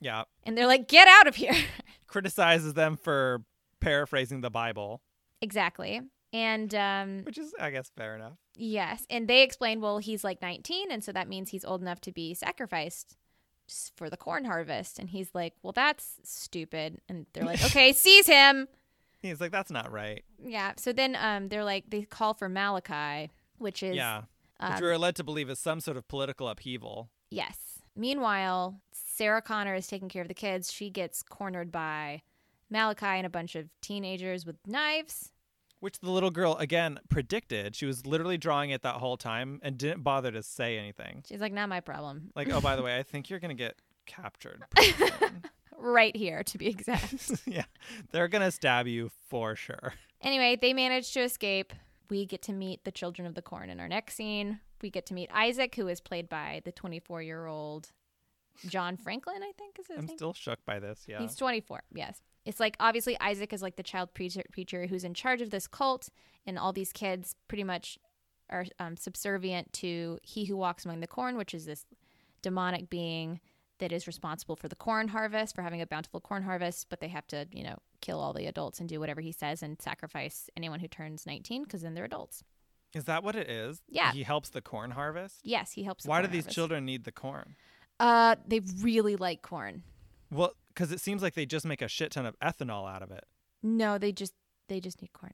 yeah.
and they're like, "Get out of here!" <laughs>
Criticizes them for paraphrasing the Bible,
exactly. And um,
which is I guess fair enough.
yes, and they explain, "Well, he's like 19, and so that means he's old enough to be sacrificed s- for the corn harvest." And he's like, "Well, that's stupid." And they're <laughs> like, "Okay, seize him."
He's like, That's not right.
Yeah. So then um, they're like, they call for Malachi, which is
yeah.
um,
which we were led to believe is some sort of political upheaval.
Yes. Meanwhile, Sarah Connor is taking care of the kids. She gets cornered by Malachi and a bunch of teenagers with knives.
Which the little girl again predicted. She was literally drawing it that whole time and didn't bother to say anything.
She's like, not my problem.
Like, oh, by the way, I think you're gonna get captured. <laughs>
<laughs>
pretty soon."
Right here, to be exact.
yeah, they're gonna stab you for
<laughs>
sure.
anyway, they manage to escape. We get to meet the children of the corn in our next scene. We get to meet Isaac, who is played by the 24 year old John Franklin, I think is his
I'm
name.
still shook by this. Yeah,
He's 24. Yes. It's like obviously Isaac is like the child preacher, preacher who's in charge of this cult, and all these kids pretty much are um, subservient to he who walks among the corn, which is this demonic being that is responsible for the corn harvest, for having a bountiful corn harvest, but they have to, you know, kill all the adults and do whatever he says and sacrifice anyone who turns 19 because then they're adults.
is that what it is?
Yeah.
he helps the corn harvest.
Yes, he helps. the
Why do
corn
these
harvest.
children need the corn?
Uh, they really like corn.
Well, because it seems like they just make a shit ton of ethanol out of it.
No, they just they just need corn,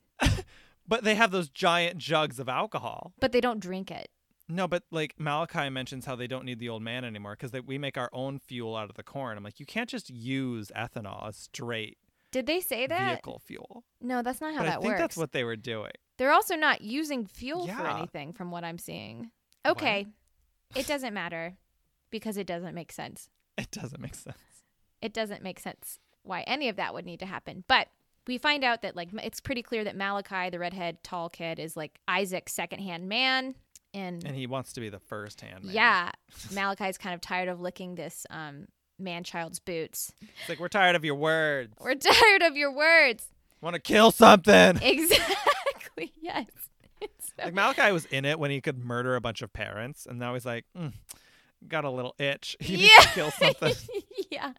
But they have those giant jugs of alcohol.
but they don't drink it.
No, but like Malachi mentions how they don't need the old man anymore because we make our own fuel out of the corn. I'm like, you can't just use ethanol as straight
Did they say that?
vehicle fuel.
No, that's not uh, how
but
that
I think
works.
that's what they were doing.
They're also not using fuel for
Yeah.
anything, from what I'm seeing.
What?
Okay, it doesn't matter because it doesn't make sense.
It doesn't make sense.
It doesn't make sense why any of that would need to happen. But we find out that like it's pretty clear that Malachi, the redhead tall kid, is like Isaac's secondhand man, and,
And <laughs> he wants to be the first handmaid.
yeah, Malachi's kind of tired of licking this um, man child's boots.
It's like, we're tired of your words.
We're <laughs> tired of your words. <laughs>
Want to kill something.
Exactly. Yes. <laughs> It's so- <laughs>
Like Malachi was in it when he could murder a bunch of parents, and now he's like, mm, got a little itch. <laughs> He needs to kill
<laughs>
something.
yeah.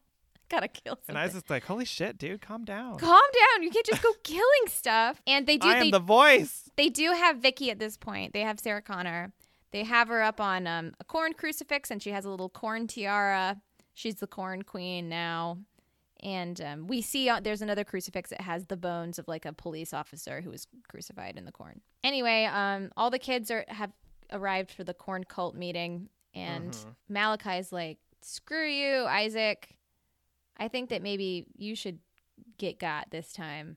Gotta kill something.
And I was just like, holy shit, dude, calm down.
Calm down. You can't
<laughs>
just go killing stuff. And they do.
Oh. I am
They,
the voice.
they do have Vicky at this point. They have Sarah Connor. They have her up on um, a corn crucifix, and she has a little corn tiara. She's the corn queen now. And um, we see uh, there's another crucifix that has the bones of like a police officer who was crucified in the corn. Anyway, um, all the kids are have arrived for the corn cult meeting, and Malachi's like, "Screw you, Isaac. I think that maybe you should get got this time."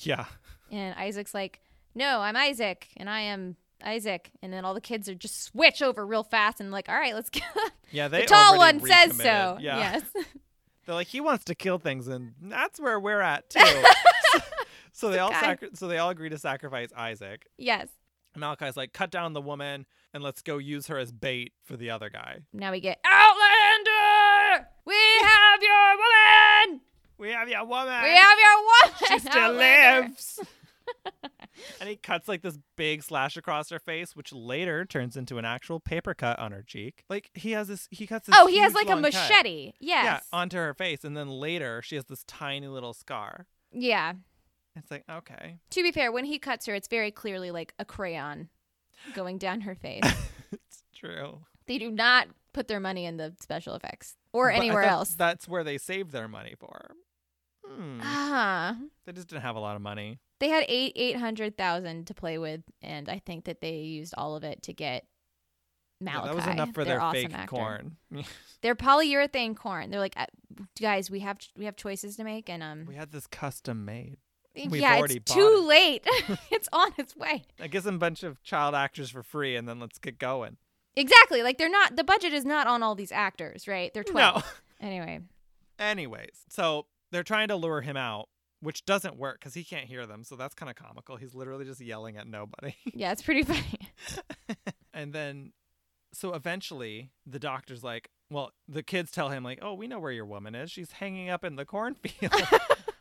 Yeah.
And Isaac's like, No, I'm Isaac, and I am Isaac. And then all the kids are just switch over real fast and like, All right, let's go. <laughs>
Yeah, they
the tall
already
one says so.
recommitted. Yeah.
Yes.
<laughs> They're like, he wants to kill things, and that's where we're
<laughs>
at too. so they all
guy.
sacri- so they all agree to sacrifice Isaac.
yes.
Malachi's like, cut down the woman and let's go use her as bait for the other guy.
Now we get Outlander! We have your woman!
We have your woman.
We have your woman! <laughs>
she still
Outlander! <laughs>
lives. and he cuts like this big slash across her face, which later turns into an actual paper cut on her cheek. Like he has this, he cuts this.
Oh, he has
huge,
like a
long cut,
machete. Yes.
Yeah, onto her face, and then later she has this tiny little scar.
yeah.
It's like okay, <laughs>
To be fair, when he cuts her, it's very clearly like a crayon going down
<laughs>
her face.
it's true.
they do not put their money in the special effects or
But I
anywhere
thought
else.
That's where they saved their money for. Hmm.
Ah.
They just didn't have a lot of money.
they had eight eight hundred thousand to play with, and I think that they used all of it to get
Yeah,
Malachi.
that was enough for
their,
their
awesome
fake
actor. <laughs>
corn. <laughs>
Their polyurethane corn. They're like, "Uh, guys, we have we have choices to make, and um,
we had this custom made. we've
yeah,
already
it's
bought
too
it."
late. <laughs> it's on its way.
I guess a bunch of child actors for free, and then let's get going.
Exactly. Like they're not. The budget is not on all these actors, right? They're twelve.
No. <laughs>
Anyway,
Anyways, so they're trying to lure him out, which doesn't work because he can't hear them. So that's kind of comical. He's literally just yelling at nobody. <laughs>
yeah, it's pretty <laughs> funny.
and then, so eventually, the doctor's like, well, the kids tell him, like, oh, we know where your woman is. She's hanging up in the
<laughs>
cornfield.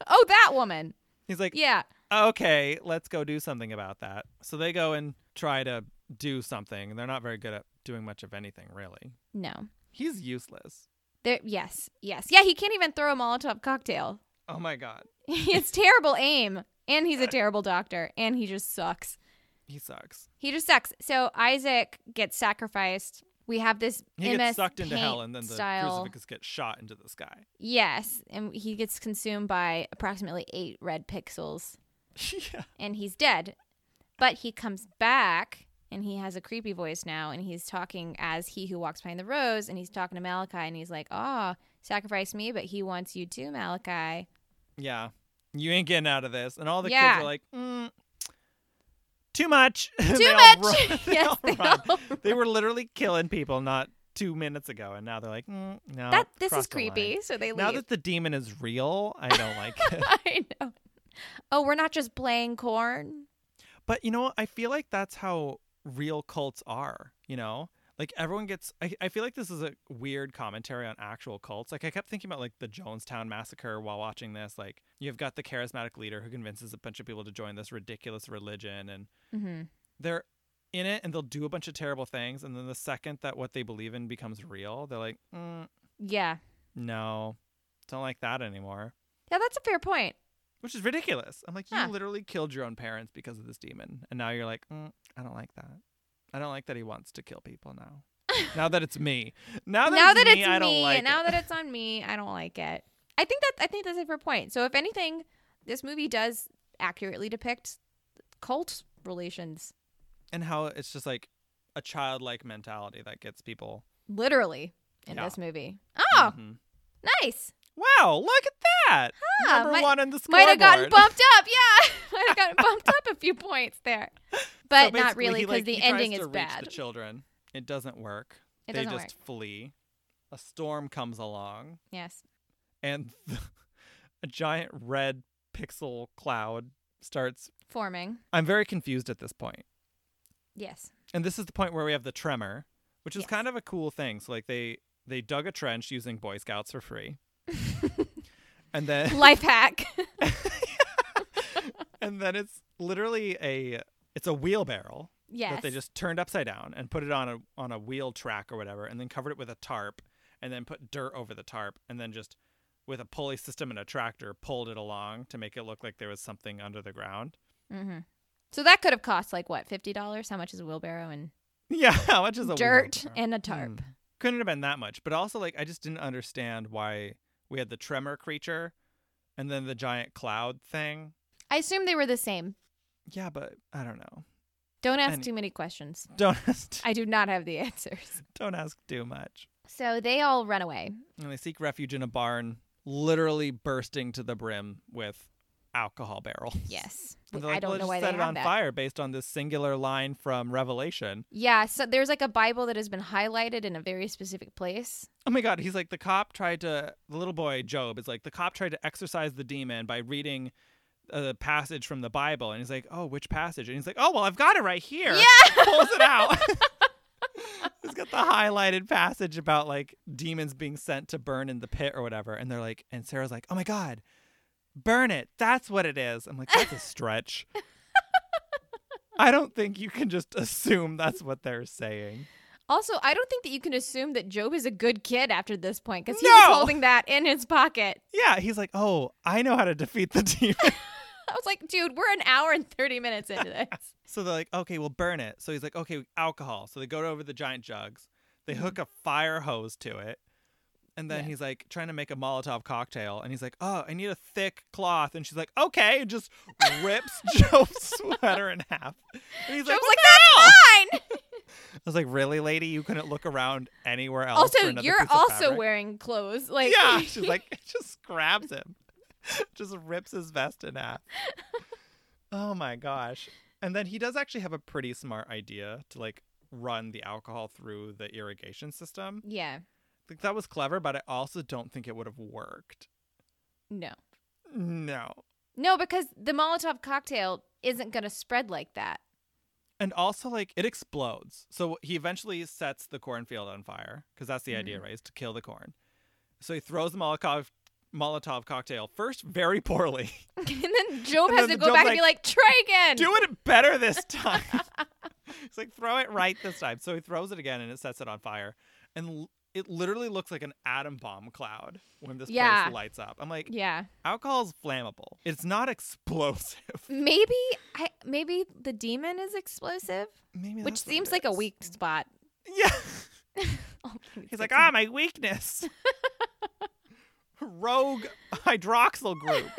Oh, that woman.
He's like,
Yeah.
okay, let's go do something about that. So they go and try to do something. They're not very good at doing much of anything, really.
No.
He's useless.
There. Yes. Yes. Yeah. He can't even throw a Molotov cocktail.
Oh my God.
<laughs> He has terrible aim, and he's a terrible doctor, and he just sucks.
He sucks.
He just sucks. So Isaac gets sacrificed. We have this
He
MS
gets sucked into
Paint
hell, and then the
style.
crucifix gets shot into the sky. <laughs>
Yes, and he gets consumed by approximately eight red pixels,
yeah.
and he's dead. But he comes back, and he has a creepy voice now, and he's talking as he who walks behind the rose, and he's talking to Malachi, and he's like, "Ah, sacrifice me, but he wants you too, Malachi."
Yeah. You ain't getting out of this. And all the
Yeah.
kids are like, mm, too much. <laughs> Too <laughs>
much. <laughs>
they,
Yes,
all
they
run. <laughs>
all
they were literally killing people not two minutes ago. And now they're like, mm, no.
that this is
crossed the line."
creepy. So they leave.
Now that the demon is real, I don't like it.
<laughs> I know. Oh, we're not just playing corn.
But you know what? I feel like that's how real cults are, you know? Like everyone gets I, I feel like this is a weird commentary on actual cults. Like I kept thinking about like the Jonestown massacre while watching this. Like you've got the charismatic leader who convinces a bunch of people to join this ridiculous religion and
Mm-hmm.
they're in it and they'll do a bunch of terrible things and then the second that what they believe in becomes real, they're like, mm,
Yeah.
"No. Don't like that anymore."
Yeah, that's a fair point.
Which is ridiculous. I'm like, you
Huh.
literally killed your own parents because of this demon. And now you're like, mm, I don't like that. I don't like that he wants to kill people now.
<laughs>
now that it's me. Now that
now
it's
that
me,
it's
I don't
me,
like
now
it.
that it's on me, I don't like it. I think that I think that's a fair point. So if anything, this movie does accurately depict cult relations.
and how it's just like a childlike mentality that gets people.
Literally in
Yeah.
this movie. Oh,
Mhm.
nice.
Wow, look at that.
Huh,
Number
might-
one in the
Might
scoreboard.
have
<laughs>
gotten bumped up, yeah. <laughs> Might have gotten bumped up a few points there.
So
But not
basically,
really
he,
because
like,
the
he tries
ending
to
is
reach
bad.
The children. It doesn't work.
It
they
doesn't
just flee. A storm comes along.
yes.
and <laughs> th- a giant red pixel cloud starts.
Forming.
I'm very confused at this point.
Yes.
And this is the point where we have the tremor, which is
Yes.
kind of a cool thing. So like they they dug a trench using Boy Scouts for
<laughs>
free. and then <laughs>
Life hack. <laughs>
and then it's literally a it's a wheelbarrow
yes.
that they just turned upside down and put it on a on a wheel track or whatever and then covered it with a tarp and then put dirt over the tarp and then just with a pulley system and a tractor pulled it along to make it look like there was something under the ground.
Mm-hmm. so that could have cost like what, fifty dollars? How much is a wheelbarrow and
<laughs> Yeah, how much is a
dirt
wheelbarrow? Hmm.
and a tarp?
couldn't have been that much, but also like I just didn't understand why we had the tremor creature and then the giant cloud thing.
I assume they were the same.
Yeah, but I don't know. <laughs>
Don't ask
And-
too many questions.
Don't ask,
I do not have the <laughs> answers.
don't ask too much.
So they all run away.
And they seek refuge in a barn, literally bursting to the brim with alcohol barrels.
Yes.
And they're
I
like,
don't
"We'll
know
just
why they
set
have
it on
that.
fire based on this singular line from Revelation.
Yeah, so there's like a Bible that has been highlighted in a very specific place.
Oh my god, he's like the cop tried to the little boy Job is like the cop tried to exorcise the demon by reading a passage from the Bible and he's like, "Oh, which passage?" And he's like, "Oh, well, I've got it right here." Yeah. Pulls it out. he's got the highlighted passage about like demons being sent to burn in the pit or whatever and they're like and Sarah's like, "Oh my god. Burn it. That's what it is." I'm like, "That's a stretch." I don't think you can just assume that's what they're saying.
Also, I don't think that you can assume that Job is a good kid after this point because he
No!
was holding that in his pocket.
Yeah, he's like, "Oh, I know how to defeat the <laughs> demon."
I was like, dude, we're an hour and 30 minutes
<laughs>
into this.
So they're like, okay, we'll burn it. So he's like, okay, alcohol. So they go over the giant jugs. They hook a fire hose to it. And then
Mm-hmm. Yeah.
he's like trying to make a Molotov cocktail. And he's like, oh, I need a thick cloth. And she's like, okay. And just
<laughs>
rips Joe's sweater in half. And he's
Job's
like,
like,
"What
that's mine.
the-" I was like, really, lady? You couldn't look around anywhere else. for
Also,
another
you're
piece of
also
fabric?"
wearing clothes. Like, <laughs>
yeah. She's like, <laughs> just grabs him, <laughs> just rips his vest in half. Oh my gosh. And then he does actually have a pretty smart idea to like run the alcohol through the irrigation system.
yeah,
Like that was clever, but I also don't think it would have worked.
no.
No.
No, because the Molotov cocktail isn't going to spread like that. <laughs>
And also like it explodes. So he eventually sets the cornfield on fire cuz that's the idea, right? Is to kill the corn. So he throws the Molotov Molotov cocktail first very <laughs> poorly.
and then Job
And
has
then the
to go
Job's
back and be like, try again.
do it better this
<laughs>
time. He's like, throw it right this time. So he throws it again and it sets it on fire. And l- it literally looks like an atom bomb cloud when this
Yeah.
place lights up. I'm like,
yeah.
alcohol's flammable. It's not explosive. <laughs>
Maybe I maybe the demon is explosive,
Maybe
which
that's what
seems
it
like a
is.
weak spot.
<laughs>
<laughs>
Yeah.
Oh, it's
He's like, ah, my weakness. Rogue hydroxyl groups.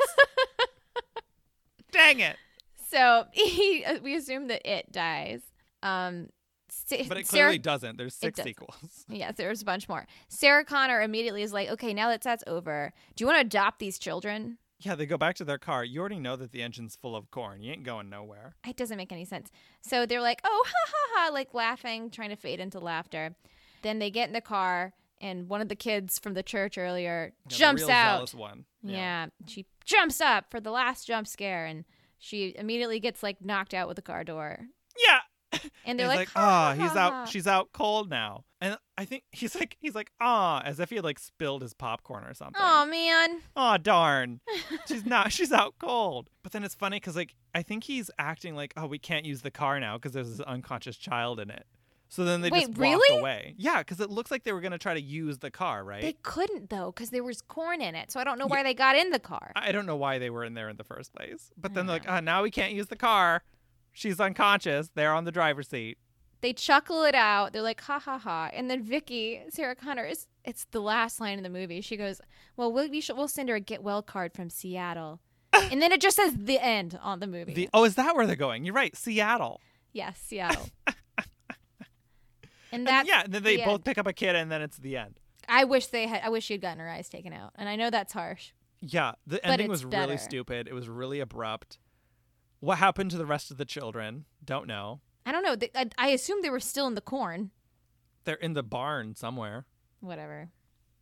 <laughs>
Dang it.
<laughs> So <laughs> he, uh, we assume that it dies. Um, Sa-
But it
Sarah, <laughs>
clearly doesn't. There's six
doesn't.
sequels.
yes, there's a bunch more. Sarah Connor immediately is like, okay, now that that's over, do you want to adopt these children?
<laughs> Yeah, they go back to their car. You already know that the engine's full of corn. You ain't going nowhere.
It doesn't make any sense. So they're like, oh, <laughs> ha ha ha, like laughing, trying to fade into laughter. Then they get in the car, and one of the kids from the church earlier
Yeah, the
jumps
real
out.
zealous one.
Yeah. She jumps up for the last jump scare and she immediately gets like knocked out with the car door.
Yeah.
And they're
he's
like,
like,
"Ha,
ah,
ha,
he's
ha, ha."
out. She's out cold now. And I think he's like, he's like, ah, as if he had like spilled his popcorn or something.
Oh man.
Aw,
<laughs>
darn. She's not. She's out cold. But then it's funny because like I think he's acting like, oh, we can't use the car now because there's this unconscious child in it. So then they
Wait,
just walk
really?
away. Yeah, because it looks like they were gonna try to use the car, right?
They couldn't though cuz there was corn in it. So I don't know why they got in the car.
I don't know why they were in there in the first place. But then they're like, oh, now we can't use the car. She's unconscious. They're on the driver's seat.
They chuckle it out. They're like ha ha ha. And then Vicky, Sarah Connor is it's the last line in the movie. She goes, "Well, we'll we should, we'll send her a get well card
<laughs>
from Seattle." and then it just says the end on the movie.
The oh, is that where they're going? You're right, Seattle.
yes, Seattle. and
<laughs> And
that's
yeah, and then they
the
both
end.
pick up a kid, and then it's the end.
I wish they had. I wish she had gotten her eyes taken out. And I know that's harsh.
Yeah, the ending
it's
was
better.
really stupid. It was really abrupt. What happened to the rest of the children? Don't know.
I don't know. They, I, I assume they were still in the corn.
They're in the barn somewhere
Whatever.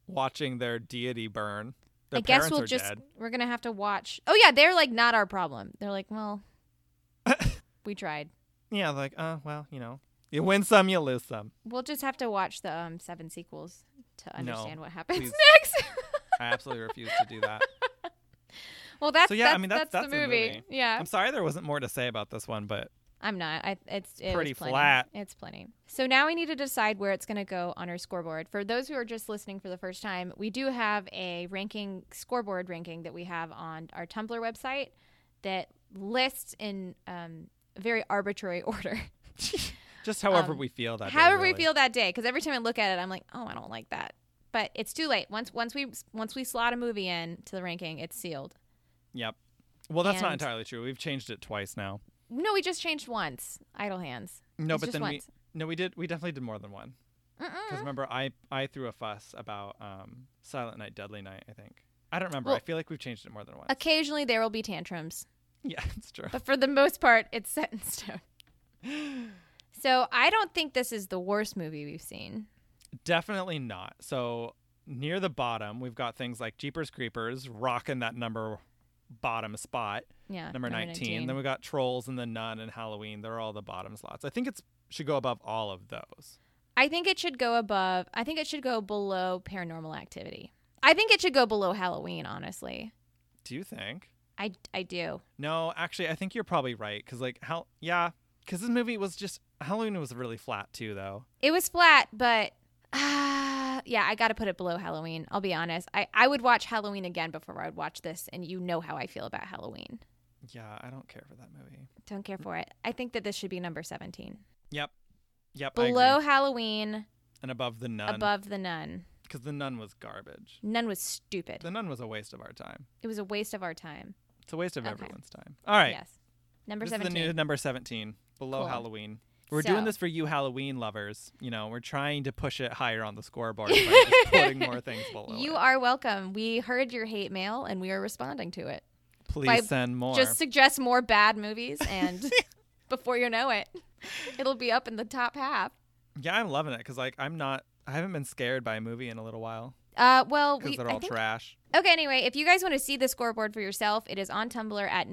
watching their deity burn. Their
I guess
parents
we'll
are
just
dead.
we're gonna have to watch. Oh yeah, they're like
<laughs>
not our problem. They're like, well, we tried.
Yeah, like, uh, well, you know, You win some, you lose some.
We'll just have to watch the um, seven sequels to understand what happens
please.
<laughs> next.
I absolutely refuse to do
<laughs>
that.
well, that's
So yeah,
that's,
I mean that's that's,
the movie. Yeah,
I'm sorry there wasn't more to say about this one, but
I'm not. I, it's it was
Pretty
plenty.
flat.
It's plenty. So now we need to decide where it's going to go on our scoreboard. For those who are just listening for the first time, we do have a ranking scoreboard ranking that we have on our Tumblr website that lists in um, very arbitrary <laughs> order
just however
Um,
we feel that. day,
however we
really.
feel that day. Because every time I look at it, I'm like, oh, I don't like that. But it's too late. Once once we once we slot a movie in to the ranking, it's sealed.
Yep. Well, that's not
And-
entirely true. We've changed it twice now.
No, we just changed once. Idle hands.
No,
It's
but
just
then
once.
we no we did we definitely did more than one. Because
Mm-mm.
remember, I I threw a fuss about um, Silent Night, Deadly Night. I think I don't remember. I
Well-
feel like we've changed it more than once.
Occasionally there will be tantrums,
<laughs> Yeah, it's true.
but for the most part, it's <laughs> set
<sighs>
in stone. So I don't think this is the worst movie we've seen.
Definitely not. So near the bottom, we've got things like Jeepers Creepers rocking that number bottom spot,
Yeah,
number, 19. Then we got Trolls and The Nun and Halloween. They're all the bottom slots. I think it's should go above all of those.
I think it should go above. I think it should go below Paranormal Activity. I think it should go below Halloween. Honestly,
Do you think?
I I do.
No, actually, I think you're probably right. Cause like how? Yeah, cause this movie was just Halloween was really flat too, though.
It was flat, but uh, yeah, I got to put it below Halloween. I'll be honest. I, I would watch Halloween again before I would watch this, and you know how I feel about Halloween.
Yeah, I don't care for that movie.
Don't care for it. I think that this should be number 17.
Yep, yep. I agree.
Below Halloween,
and above the nun,
above The Nun.
because the nun was garbage.
Nun was stupid.
The nun was a waste of our time.
It was a waste of our time.
It's a waste of
Okay.
everyone's time. All right.
Yes. Number
this is <laughs>
17.
the new number 17, below
Cool.
Halloween. We're
So-
doing this for you Halloween lovers. You know, we're trying to push it higher on the scoreboard by
<laughs>
just putting more things below.
you
it.
are welcome. We heard your hate mail and we are responding to it.
Please
by
send more.
Just suggest more
<laughs>
bad movies and before you know it, <laughs> it'll be up in the top half.
Yeah, I'm loving it because like I'm not I haven't been scared by a movie in a little while
Uh, well,
because
we,
they're
I
all
think
trash.
Okay, anyway, if you guys want to see the scoreboard for yourself, it is on Tumblr at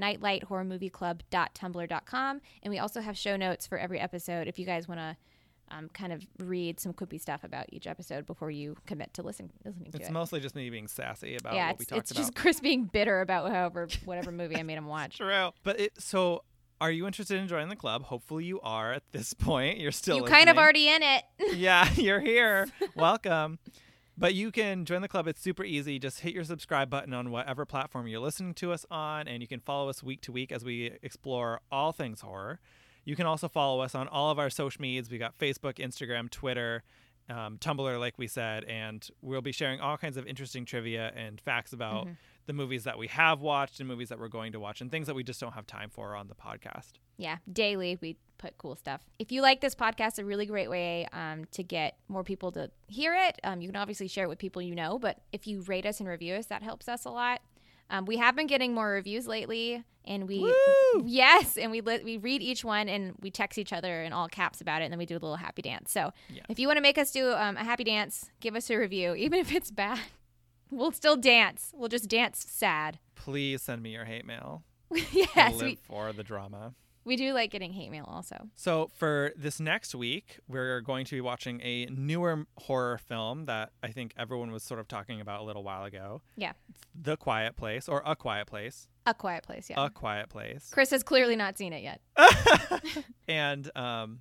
nightlighthorrormovieclub.tumblr.com. And we also have show notes for every episode if you guys want to um, kind of read some quippy stuff about each episode before you commit to listen, listening to
It's
it.
mostly just me being sassy about
yeah,
what we
it's,
talked
it's
about.
just Chris being bitter about however whatever movie I made
<laughs>
him watch.
True. But it so are you interested in joining the club? Hopefully you are at this <laughs> point. You're still
you kind of
listening.
already in it.
yeah, <laughs> you're here. Welcome. But you can join the club. It's super easy. Just hit your subscribe button on whatever platform you're listening to us on, and you can follow us week to week as we explore all things horror. You can also follow us on all of our social medias. We got Facebook, Instagram, Twitter, um, Tumblr, like we said, and we'll be sharing all kinds of interesting trivia and facts about
Mm-hmm.
the movies that we have watched and movies that we're going to watch and things that we just don't have time for on the podcast.
Yeah, daily we put cool stuff. If you like this podcast, a really great way um, to get more people to hear it. Um, you can obviously share it with people you know, but if you rate us and review us, that helps us a lot. Um, we have been getting more reviews lately, and we
Woo!
yes, and we li- we read each one and we text each other in all caps about it, and then we do a little happy dance. So
Yes.
if you want to make us do um, a happy dance, give us a review, <laughs> even if it's bad. We'll still dance. We'll just dance sad. <laughs>
Please send me your hate mail. I
yes,
live
we,
for the drama.
we do like getting hate mail also.
So for this next week, we're going to be watching a newer horror film that I think everyone was sort of talking about a little while ago.
Yeah.
The Quiet Place or A Quiet Place.
A quiet place, yeah.
A Quiet Place.
Chris has clearly not seen it yet.
And um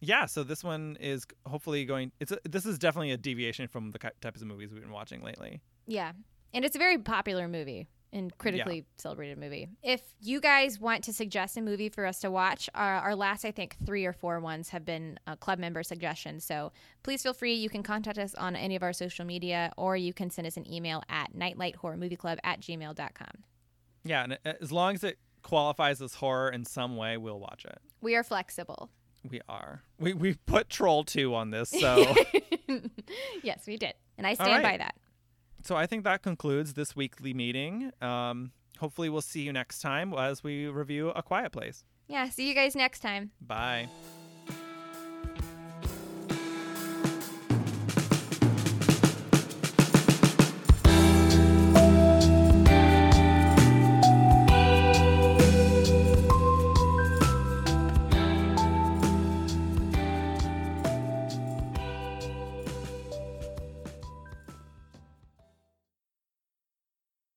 yeah, so this one is hopefully going it's a, this is definitely a deviation from the ki- types of movies we've been watching lately.
Yeah. And it's a very popular movie and critically celebrated movie. If you guys want to suggest a movie for us to watch, our, our last, I think, three or four ones have been uh, club member suggestions. So please feel free. You can contact us on any of our social media or you can send us an email at nightlighthorrormovieclub at gmail.com.
Yeah, and a- as long as it qualifies as horror in some way, we'll watch it.
We are flexible.
We are. We we put Troll 2 on this,
<laughs>
so
<laughs> yes, we did. And I
All
stand by
right.
that.
so I think that concludes this weekly meeting. Um, hopefully, we'll see you next time as we review A Quiet Place.
Yeah. See you guys next time.
Bye.